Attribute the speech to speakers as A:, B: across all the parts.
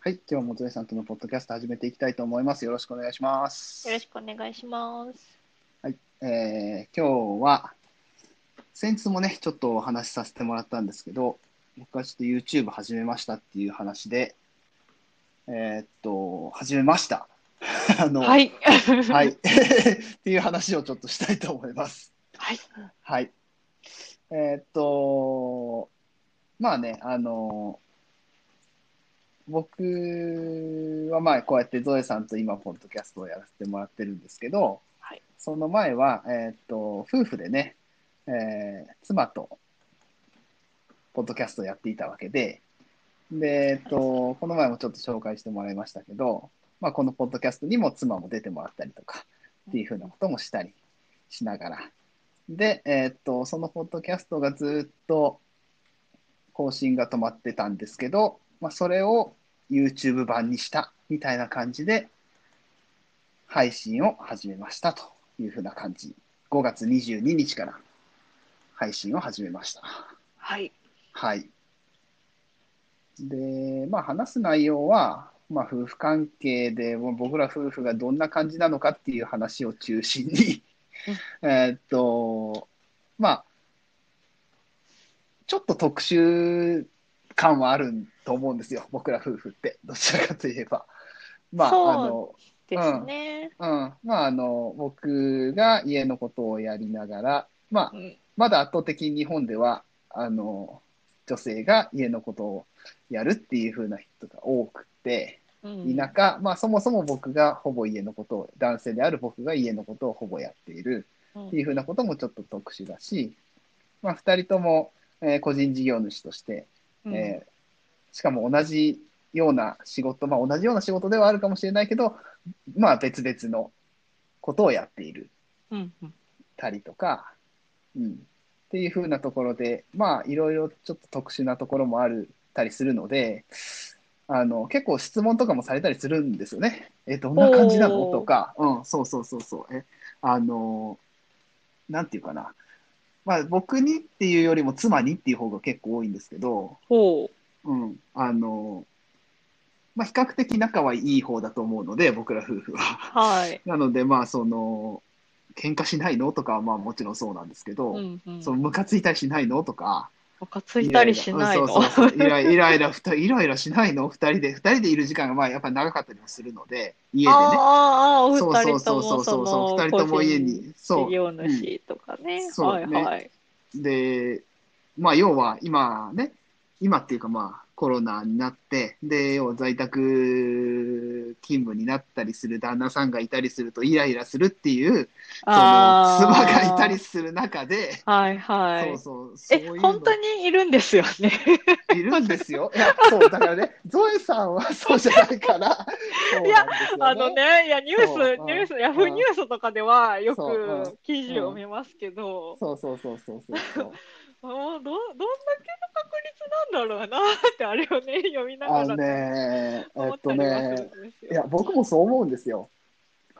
A: はい、今日もつれさんとのポッドキャスト始めていきたいと思います。よろしくお願いします。
B: よろしくお願いします。
A: はい、えー今日は先日もねちょっとお話しさせてもらったんですけど僕はちょっと YouTube 始めましたっていう話でえーっと始めました あの
B: はい。
A: は
B: はい い。
A: っていう話をちょっとしたいと思います
B: はい。
A: はいえーっとまあねあの僕はまあこうやってゾエさんと今ポッドキャストをやらせてもらってるんですけど、
B: はい
A: その前は、えーっと夫婦でね、えー妻とポッドキャストをやっていたわけでで、えーっとこの前もちょっと紹介してもらいましたけど、まあ、このポッドキャストにも妻も出てもらったりとかっていうふうなこともしたりしながらで、えーっとそのポッドキャストがずっと更新が止まってたんですけど、まあ、それを YouTube 版にしたみたいな感じで配信を始めましたというふうな感じ5月22日から配信を始めました
B: はい。
A: はいでまあ話す内容は、まあ、夫婦関係でもう僕ら夫婦がどんな感じなのかっていう話を中心にえーっとまあちょっと特殊感はあると思うんですよ僕ら夫婦ってどちらかといえばまああの
B: ですね。
A: うん、まああの僕が家のことをやりながら、まあ、
B: うん
A: まだ圧倒的に日本ではあの女性が家のことをやるっていう風な人が多くて
B: うん
A: 田舎、まあ、そもそも僕がほぼ家のことを男性である僕が家のことをほぼやっている
B: うん
A: っていう風なこともちょっと特殊だし、まあ、2人とも、えー個人事業主として
B: うん
A: えーしかも同じような仕事、まあ、同じような仕事ではあるかもしれないけど、まあ、別々のことをやっている
B: うんうん
A: たりとか、うん、っていう風なところで、まあ、いろいろちょっと特殊なところもあるたりするのであの結構質問とかもされたりするんですよね。えどんな感じなの
B: おー
A: とか、うん、そうそうそうそうえあのなんていうかな、まあ、僕にっていうよりも妻にっていう方が結構多いんですけど。
B: ほ
A: うん、あの、まあ、比較的仲はいい方だと思うので、僕ら夫婦
B: う。
A: は。
B: はい。
A: なので、まあ、その、喧嘩しないのとかは、まあ、もちろんそうなんですけど、
B: うんうん。
A: その、ムカついたりしないのとか、
B: ムカついたりしないの。
A: そうそうそうイライライラふたイライラしないの二人で、二人でいる時間が、まあ、やっぱり長かったりもするので、家でね。
B: あーあー、お
A: そう
B: 二
A: そう
B: 人と
A: そうそ
B: も
A: うそう
B: そ
A: 二人
B: の
A: とも家
B: 個人
A: に、そう
B: 事。業主とかね。
A: そう
B: はいはい。
A: で、まあ、要は今ね、今っていうかまあコロナになって、で、要は在宅勤務になったりする旦那さんがいたりするとイライラするっていう、その
B: ああ。
A: 妻がいたりする中で、
B: はい
A: そ
B: は
A: う
B: い。
A: そう、そうい
B: え、
A: うの
B: 本当にいるんですよね。
A: いるんですよ。いや、そう、だからね、ゾエさんはそうじゃないから、そうなんですよね
B: あのね、いや、ニュー
A: そう
B: ス、
A: うん
B: ニュース、ヤフーニュースとかではよ
A: そううん
B: く記事を見ますけど、
A: そうそうそうそうそうそう。
B: もうど、どんだけの確率なんだろうなって、あれをね、 読みなが
A: あの
B: ら
A: ね、え
B: 思
A: っ
B: っ
A: と
B: たりはす
A: ね、
B: るんですよ。
A: いや、僕もそう思うんですよ。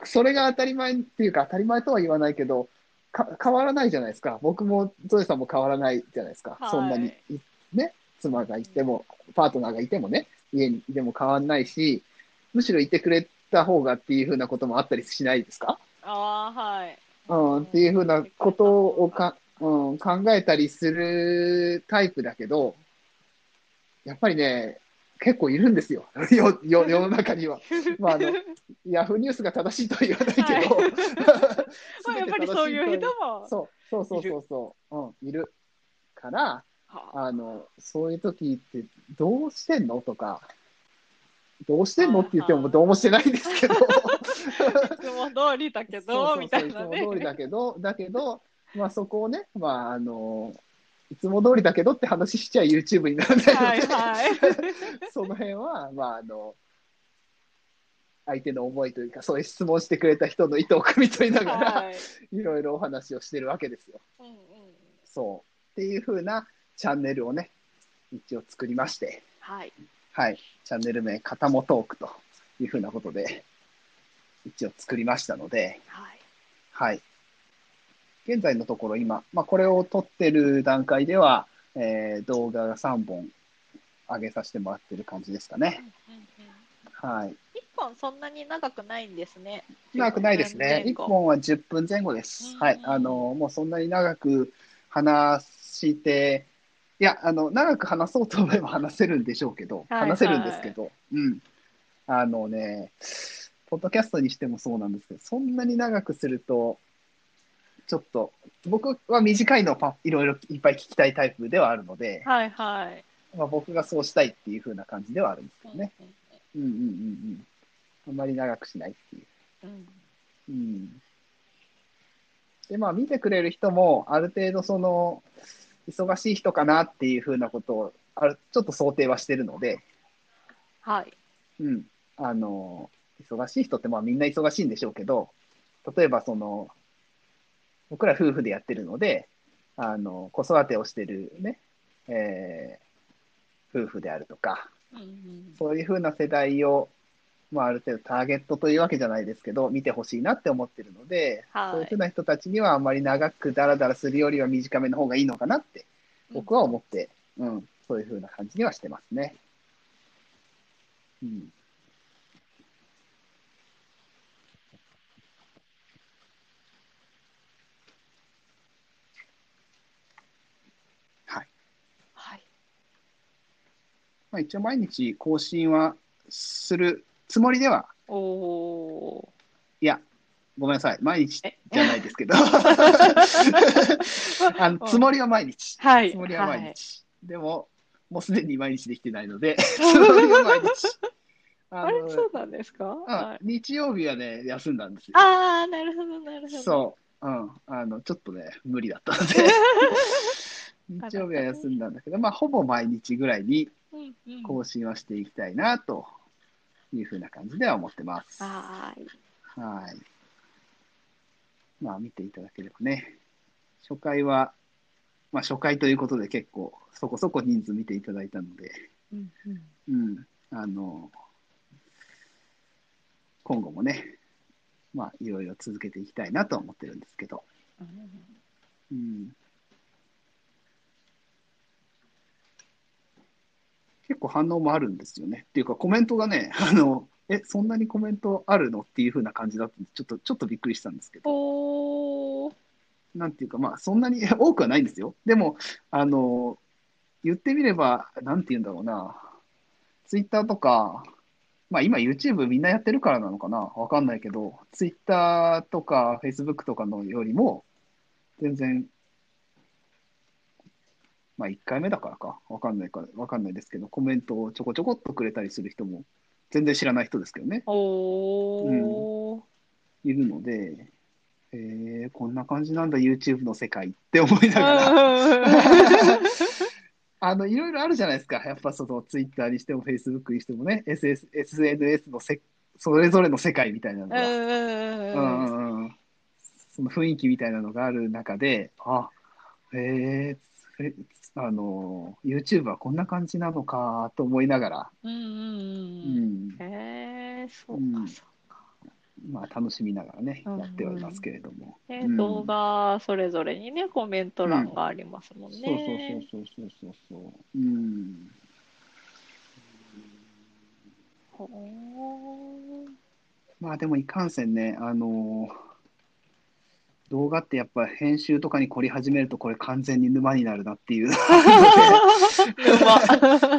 A: それが当たり前っていうか、当たり前とは言わないけど、か変わらないじゃないですか。僕もゾエさんも変わらないじゃないですか。
B: はい
A: そんなに、いね、妻がいても、パートナーがいてもね、家にいても変わらないし、むしろいてくれた方がっていうふうなこともあったりしないですか、
B: ああ、はい。
A: うん、っていうふうなことをか、うん、考えたりするタイプだけど、やっぱりね、結構いるんですよ。 よよ世の中には。ま ああのヤフーニュースが正しいとは言わないけど、
B: はいまあ、や
A: 全
B: ってぱ
A: 正
B: り
A: し
B: そういう
A: と
B: 人
A: は
B: も。
A: そうそうそうそうそう、うん、いるから
B: はあ
A: あのそういう時ってどうしてんのとかどうしてんのって言って
B: あ
A: も
B: ー
A: どうもしてないんです けど
B: いつも通りだけ
A: そうそう
B: ど、
A: そう
B: みたいない
A: つ
B: ね
A: も。通りだけどだけど、まあ、そこをね、まあ、あのいつも通りだけどって話しちゃ YouTube にならないので、
B: は いはい。
A: その辺は、まあ、あの、相手の思いというか、そういう質問してくれた人の意図を汲み取りながら、
B: はい。
A: い、ろいろお話をしてるわけですよ。
B: うんうん
A: そう。っていう風なチャンネルをね、一応作りまして、
B: はい。
A: はい。チャンネル名、かたもトークという風なことで、一応作りましたので、
B: はい。
A: はい。現在のところ今、まあ、これを撮ってる段階では、えー動画が3本上げさせてもらってる感じですかね。
B: うんうんうん
A: はい。
B: 一本そんなに長くないんですね。
A: 長くないですね。
B: 15
A: 1本は10分前後です
B: う。ん
A: はい。あの、もうそんなに長く話して、いや、あの、長く話そうと思えば話せるんでしょうけど、
B: はいはい
A: 話せるんですけど、うん。あのね、ポッドキャストにしてもそうなんですけど、そんなに長くすると、ちょっと、僕は短いのをパいろいろいっぱい聞きたいタイプではあるので、
B: はいはい。
A: まあ、僕がそうしたいっていう風な感じではあるんですけどね。
B: うん
A: うんうんうんうん。あんまり長くしないっていう。
B: うんうん。
A: うんでまあ見てくれる人もある程度その忙しい人かなっていうふうなことをあるちょっと想定はしてるので、
B: はい。
A: うん、あの忙しい人ってまあみんな忙しいんでしょうけど例えばその僕ら夫婦でやってるのであの子育てをしてるね、えー夫婦であるとか
B: うんうん
A: そういうふうな世代を、まあ、ある程度ターゲットというわけじゃないですけど、見てほしいなって思ってるので、
B: はい
A: そういうふうな人たちにはあんまり長くダラダラするよりは短めの方がいいのかなって、僕は思って、うん、そういうふうな感じにはしてますね。うん。はい。
B: はい。
A: まあ、一応毎日更新はするつもりでは
B: おお
A: いや、ごめんなさい。毎日
B: ー。え
A: じゃないですけど。 あのつもりは毎日。
B: はい。
A: つもりは毎
B: はい
A: 日。でも、もうすでに毎日できてないの で、つもりは毎日。あ
B: あれ、そ
A: の
B: うなんですか
A: あ
B: はい。
A: 日曜日はね、休んだんですよ。
B: ああ、なるほど、なるほ ど。
A: そう。うん。あの、ちょっとね、無理だった ので。日曜日は休んだんだけど、まあ、ほぼ毎日ぐらいに
B: うんうん。
A: 更新はしていきたいな、というふうな感じでは思ってます。
B: はーい。
A: はい。まあ、見ていただければね。初回は、まあ、初回ということで結構、そこそこ人数見ていただいたので、
B: うんう
A: う
B: ん
A: ん、あの、今後もね、まあ、いろいろ続けていきたいなとは思ってるんですけど、
B: うん
A: うん。結構反応もあるんですよね。っていうか、コメントがね、あの、え、そんなにコメントあるのっていう風な感じだったんで、ちょっと、ちょっとびっくりしたんですけど。
B: おー。
A: なんていうか、まあ、そんなに 多くはないんですよ。でも、あの、言ってみれば、なんて言うんだろうな、ツイッターとか、まあ、今 YouTube みんなやってるからなのかな、わかんないけど、ツイッターとか Facebook とかのよりも、全然、まあ、1回目だからか、わかんないか、わかんないですけど、コメントをちょこちょこっとくれたりする人も、全然知らない人ですけどね。
B: おー。
A: いるので、えー、こんな感じなんだ、YouTube の世界って思いなが ら、 あのいろいろあるじゃないですか、やっぱその Twitter にしても Facebook にしてもね、SS SNS のせそれぞれの世界みたいなの
B: うん
A: が、
B: うん
A: う
B: うんうん
A: んうんうんその雰囲気みたいなのがある中で、あえー、えあの YouTube はこんな感じなのかと思いながら、
B: うん
A: う
B: うん
A: ん
B: うん。へえ、そう
A: うん
B: か、そうか。
A: まあ、楽しみながらね、
B: うんうん
A: やってはいますけれども。
B: ね
A: うん
B: 動画それぞれにね、コメント欄がありますもんね。
A: そうそうそうそうそうそう。うん。
B: ほー
A: まあでもいかんせんね、あのー動画ってやっぱ編集とかに凝り始めるとこれ完全に沼になるなっていう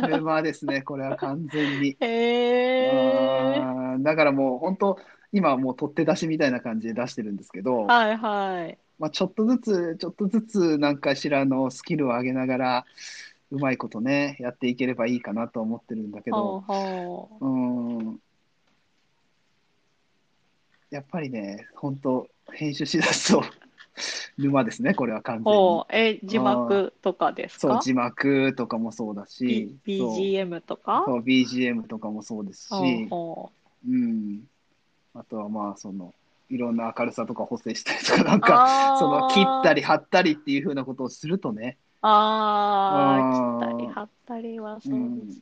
A: 沼ですね、これは完全に。
B: へえ。
A: あーだからもう本当、今はもう取って出しみたいな感じで出してるんですけど、
B: はいはい。
A: まあ、ちょっとずつ、ちょっとずつなんかしらのスキルを上げながら、うまいことね、やっていければいいかなと思ってるんだけど
B: ほう、ほ
A: うーんやっぱりね、本当編集しだすと 沼ですね、これは
B: う。
A: 完全に。
B: ほう。え、字幕とかです
A: そう、
B: か
A: 字幕とかもそうだし
B: B、?BGM とか
A: そうそう BGM とかもそうです
B: ほう
A: し、
B: ほう。
A: うん、あとはまあ、その、いろんな明るさとか補正したりとか、なんか、
B: あー
A: その、切ったり貼ったりっていう風なことをするとね、
B: ああ、
A: うん
B: 切ったり貼ったりはそうですね。。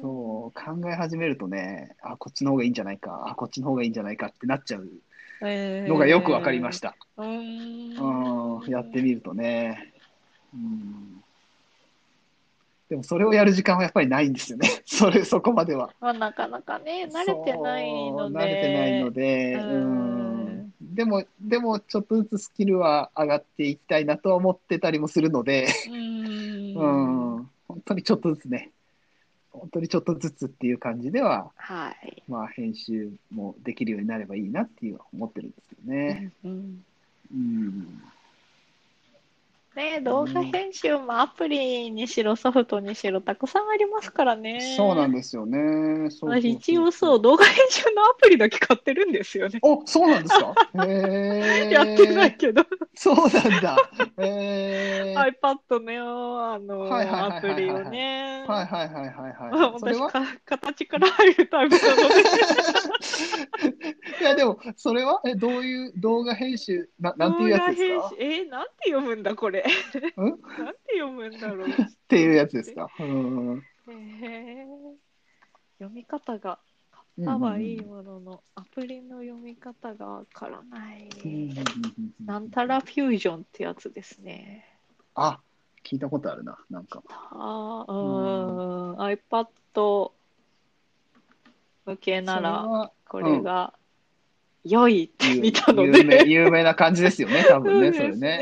A: そう、考え始めるとね、あ、こっちの方がいいんじゃないか、あ、こっちの方がいいんじゃないかってなっちゃうのがよくわかりましたた。
B: うーん
A: うん、やってみるとね。うん、でもそれをやる時間はやっぱりないんですよね。 それ、そこまでは。
B: まあ、なかなかね、慣れてない
A: そう
B: ので。
A: 慣れてないので、う
B: うん
A: ん。でも、でも、ちょっとずつスキルは上がっていきたいなとは思ってたりもするので、うん。
B: うん。
A: 本当にちょっとずつね。本当にちょっとずつっていう感じでは、
B: はい。
A: まあ、編集もできるようになればいいなっていう思ってるんですけどね。
B: うん
A: うん。
B: ね、動画編集もアプリにしろソフトにしろたくさんありますからね。
A: そうなんですよね。そうそうそう
B: 私一応そう、動画編集のアプリだけ買ってるんですよね。
A: お、そうなんですかへえ。
B: やってない。けど、
A: そうなんだ。へえ。はい
B: iPad のよあの、
A: はいはいはいはいはい
B: アプリをね。
A: はいはいはいは
B: まあ
A: い。それ
B: 私
A: は
B: か、形から入るタイプなので、
A: いやでも、それはえどういう動画編集、ななんていう
B: 動
A: や
B: 画
A: つです
B: 編
A: か
B: 集、えー、なんて読むんだ、これ。
A: うんっ
B: なんて読むんだろう。
A: ていうやつですか。うん。
B: へー読み方が、
A: うん
B: あはいいものの、アプリの読み方がわからない。
A: うんうんうんうん
B: なんたらフュージョンってやつですね。
A: あ、聞いたことあるな、なんか。
B: あーうーん、iPad 向けな
A: そ
B: ら、
A: れは
B: これが良いって見たの
A: 有名
B: で。
A: 有名な感じですよね、多分ね、そ
B: そう
A: れ
B: です
A: ね。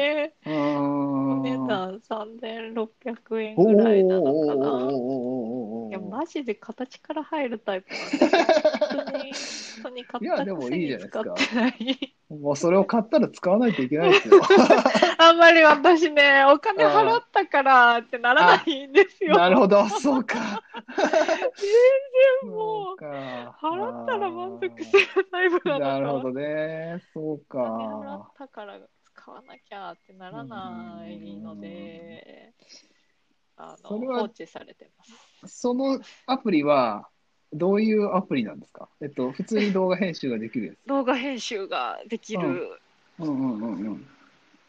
A: う
B: ね。お
A: ん。
B: 値段3600円
A: おー
B: ぐらい
A: おーおーおーお
B: な
A: ー
B: のかな。
A: おーおーおー
B: いや、マジで形から入るタイプなんで、本当に、 本当に買
A: い
B: っ
A: や
B: た
A: でも
B: くせ
A: いいじ
B: に
A: ゃないです
B: 使っ
A: か
B: てない。
A: もうそれを買ったら使わないといけないですよ。
B: あんまり私ね、お金払ったからってならないんですよ。
A: なるほど、そうか。
B: 全然 も
A: そ
B: う
A: うか
B: 払ったら満足してるタイプなのか
A: なるほどね、そう
B: お金払
A: か
B: っ。たから使わなきゃってならないので、あの
A: それは
B: 放置されてます。
A: そのアプリは、どういうアプリなんですかえっと、普通に動画編集ができ るや
B: 動画編集ができる。
A: つ。うんうんうんうん。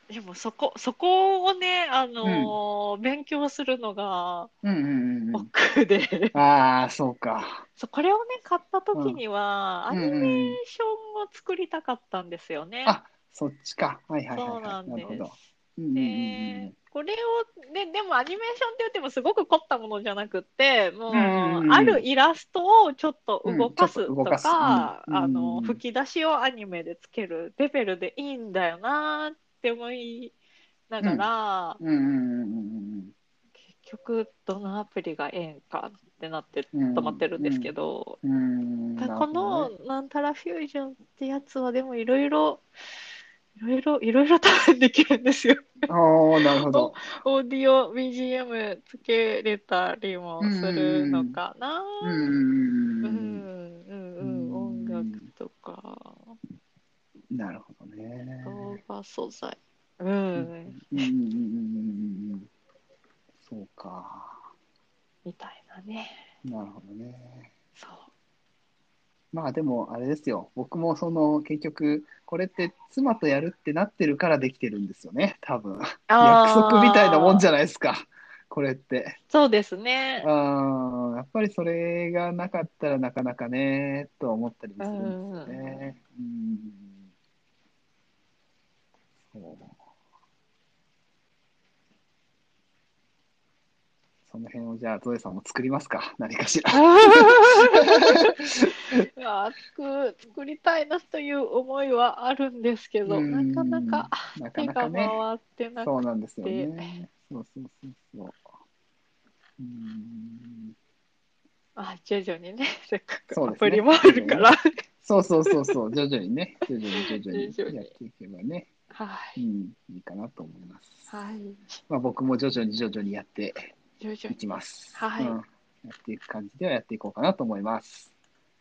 B: でもそこ、そこをね、あのー勉強するのが
A: うんうんうんうん。
B: 億で、
A: ああ、そうか。
B: そうこれをね、買った時には、
A: うん
B: アニ
A: うん
B: メー
A: うん。
B: ションを作りたかったんですよね。
A: あそっちか。はいはいはい
B: そうな
A: はい。
B: ん
A: な
B: で
A: る
B: す
A: ほど。うんうんうんうん
B: でこれをででもアニメーションって言ってもすごく凝ったものじゃなくってもう、
A: うんうんうん
B: あるイラストをちょっと動か
A: うん
B: す
A: ちょっ
B: と
A: と動かす
B: か、
A: うん
B: あ
A: うんう
B: の
A: ん
B: 吹き出しをアニメでつけるレベルでいいんだよなって思いながら、
A: うんうんうんうん
B: 結局どのアプリがええんかってなって
A: うんうん。
B: 止まってるんですけ。ど、
A: うん。
B: ただこのなんたらフュージョンってやつはでもいろいろいろいろいろいろ多分できるんですよ。
A: ああ、なるほど。
B: オーディオ BGM つけれたりもするのかな。
A: うんう
B: うん
A: う
B: んうん
A: うん。
B: んうん、音楽とか
A: なるほどね。
B: 動画素材。うん、
A: うんうんうんうんうんうん。そうか。
B: みたいなね。
A: なるほどね。
B: そう。
A: まあでもあれですよ。僕もその結局これって妻とやるってなってるからできてるんですよね。多分約束みたいなもんじ
B: ゃ
A: ゃないですか。これって。
B: そうですね。
A: あやっぱりそれがなかったらなかなかねとは思ったりもするんですよね。うん。そう。その辺をじゃあゾエさんも作りますか何かし ら。
B: いや作作りたいなという思いはあるんですけど、
A: うん
B: なかなか
A: なか
B: 手
A: な
B: が
A: か
B: 回
A: ね。
B: ってなく
A: そうなんですよ
B: なく
A: ね。そうそうそうそう。うん。
B: あ徐々にね、せっか
A: そう
B: くア
A: ですね
B: プリもあるから。
A: そうそうそうそう。徐々にね。徐々に徐
B: 徐
A: 々
B: 々
A: に
B: に
A: やっていけばね。
B: は
A: う
B: い。
A: ん。いいかなと思います。
B: はい。
A: まあ、僕も徐々に徐々にやって
B: 徐々
A: い
B: に。
A: きます。
B: はい
A: うんやっていく感じではやっていこうかなと思います。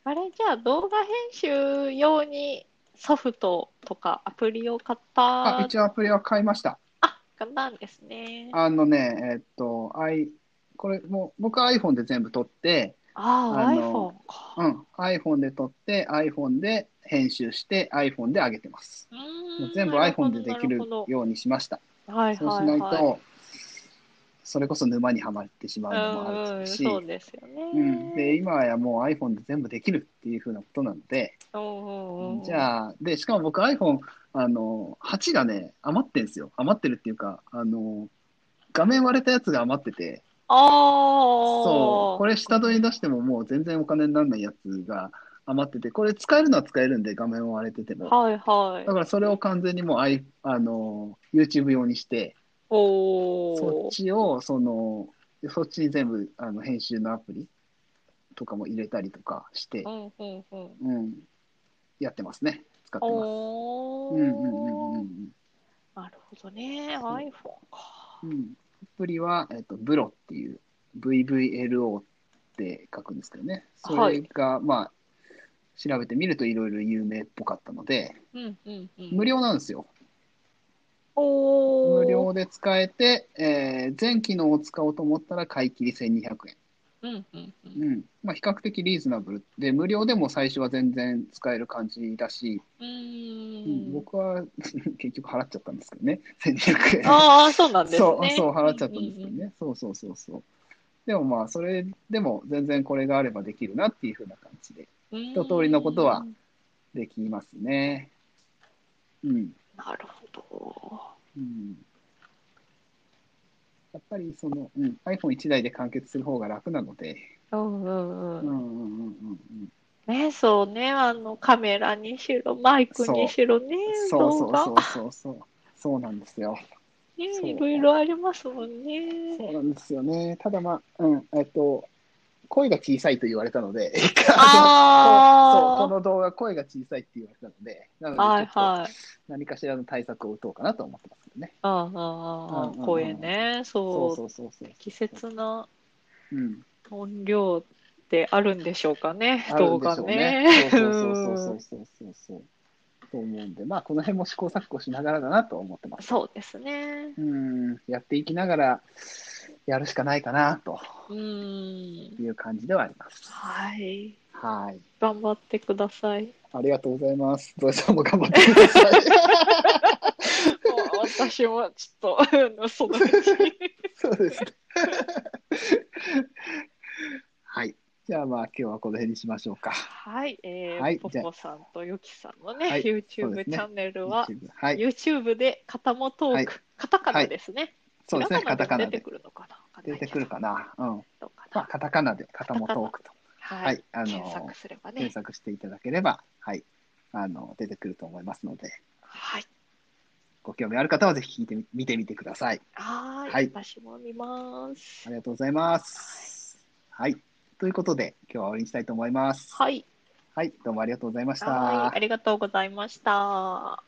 B: あれ、じゃあ動画編集用にソフトとかアプリを買っ
A: あ、
B: た
A: 一応アプリは買いました。
B: かなんですね。
A: あのね、えっと、I、これもう僕は iPhone で全部撮って、
B: ああ、
A: あの
B: iPhone か。
A: うん、iPhone で撮って、iPhone で編集して、iPhone で上げてます。
B: う
A: も
B: ー
A: うん全部
B: なほ
A: iPhone
B: ど
A: でできる
B: なほど
A: ようにしました。
B: はい
A: そうし
B: はい
A: ない
B: はい。
A: と、それこそ沼にはまってしまうのもあ
B: うんう
A: る
B: ん、
A: し、
B: そうですよね。
A: うん、で今やもう iPhone で全部できるっていうふうなことなので、
B: うんうんうん
A: じゃあ、で、しかも僕 iPhone、あの、8がね、余ってんすよ。余ってるっていうか、あの、画面割れたやつが余ってて、
B: あ
A: そう、こ
B: れ
A: れ下取り出してももう全然お金にならないやつが余ってて、これ使えるのは使えるんで、画面割れてても。
B: はいはい
A: だからそれを完全にもうあい、あの、YouTube 用にして、
B: お
A: そ
B: お
A: っちを、その、そっちに全部、あの、編集のアプリとかも入れたりとかして
B: う、んうんうん
A: うん、やってますね。使ってます。
B: お
A: うん
B: お、
A: うんうんうんうん。
B: なるほどね iPhone か
A: うん、アプリは、えっと、ブロっていう、VVLO って書くんですけどね。それが、まあ、調べてみるといろいろ有名っぽかったので、
B: うんうんうん
A: 無料なんですよ。
B: おお
A: 無料で使えて、えー全機能を使おうと思ったら買い切り1200
B: うんうんうん
A: 円。うん。まあ、比較的リーズナブル。で、無料でも最初は全然使える感じだし、
B: う
A: う
B: ー
A: ん、
B: ん
A: 僕は 結局払っちゃったんですけどね。1200円。
B: ああそうなんですね
A: そう、 そう、払っちゃったんですけど
B: うんうん
A: ね。そうそうそうそう。でもまあ、それでも全然これがあればできるなっていう風な感じで、
B: うん
A: 一通りのことはできますね。うん。
B: なるほ
A: うん、やっぱりその、うん、iPhone1 台で完結する方が楽なので、
B: どうんうん
A: うんうん
B: うん
A: うんうんうん。
B: ねそうねあのカメラにしろマイクにしろね
A: そう
B: 動
A: そう
B: 画
A: そうそうそう。そうなんですよ。
B: ね
A: そう
B: いろいろありますもんね
A: そうなんですよね。ただまあ、うん、えっと、声が小さいと言われたので、そう、こ
B: あ
A: の動画、声が小さいって言われたので、なの
B: あは
A: で
B: い
A: ちょっと
B: はい
A: 何かしらの対策を打とうかなと思ってますけどね。
B: あああああ
A: うんうんう
B: あ
A: ん
B: 声ね
A: そ
B: そう
A: うそうそうそう。
B: 適切な
A: うん、
B: 音量ってあるんでしょうかね
A: ある
B: 動
A: んで
B: 画
A: しょうね。そうそうそう そうそうそうそう。と思うんで、まあ、この辺も試行錯誤しながらだなと思ってま
B: うん
A: す。
B: そうですね
A: うん、やっていきながら、やるしかないかなと
B: うん
A: いう感じではあります。
B: はい
A: はい。
B: 頑張ってください
A: ありがとうございます。土井さんも頑張ってくださ い。
B: もう私もちょっと うんそのうち
A: そうですね。はい。じゃあまあ今日はこの辺にしましょうか。
B: はい、えー
A: はい
B: ポ
A: じゃあ
B: コさんとユキさんのね、
A: はいそうで
B: YouTube
A: す
B: チ
A: ね
B: ャンネルは、
A: YouTube はい。
B: YouTube で片もトーク、
A: はい
B: カタカナですね、
A: そうですね。
B: ひら
A: カタ
B: が
A: カ
B: な
A: ナ
B: で出て
A: で
B: くるのかなわかん
A: 出
B: ないけ
A: て
B: ど
A: くるかな。うん。
B: どうか
A: まあ
B: な
A: カタカナで片もトークと
B: は
A: はいい、あの
B: 検索すればね
A: 検索していただければはいあの出てくると思いますので
B: はい
A: ご興味ある方はぜひ聞いてみ見てみてください。
B: はーい
A: はい
B: 私も見ます
A: ありがとうございます。はい。ということで今日は終わりにしたいと思います。
B: はい
A: はい。どうもありがとうございました。
B: はいありがとうございました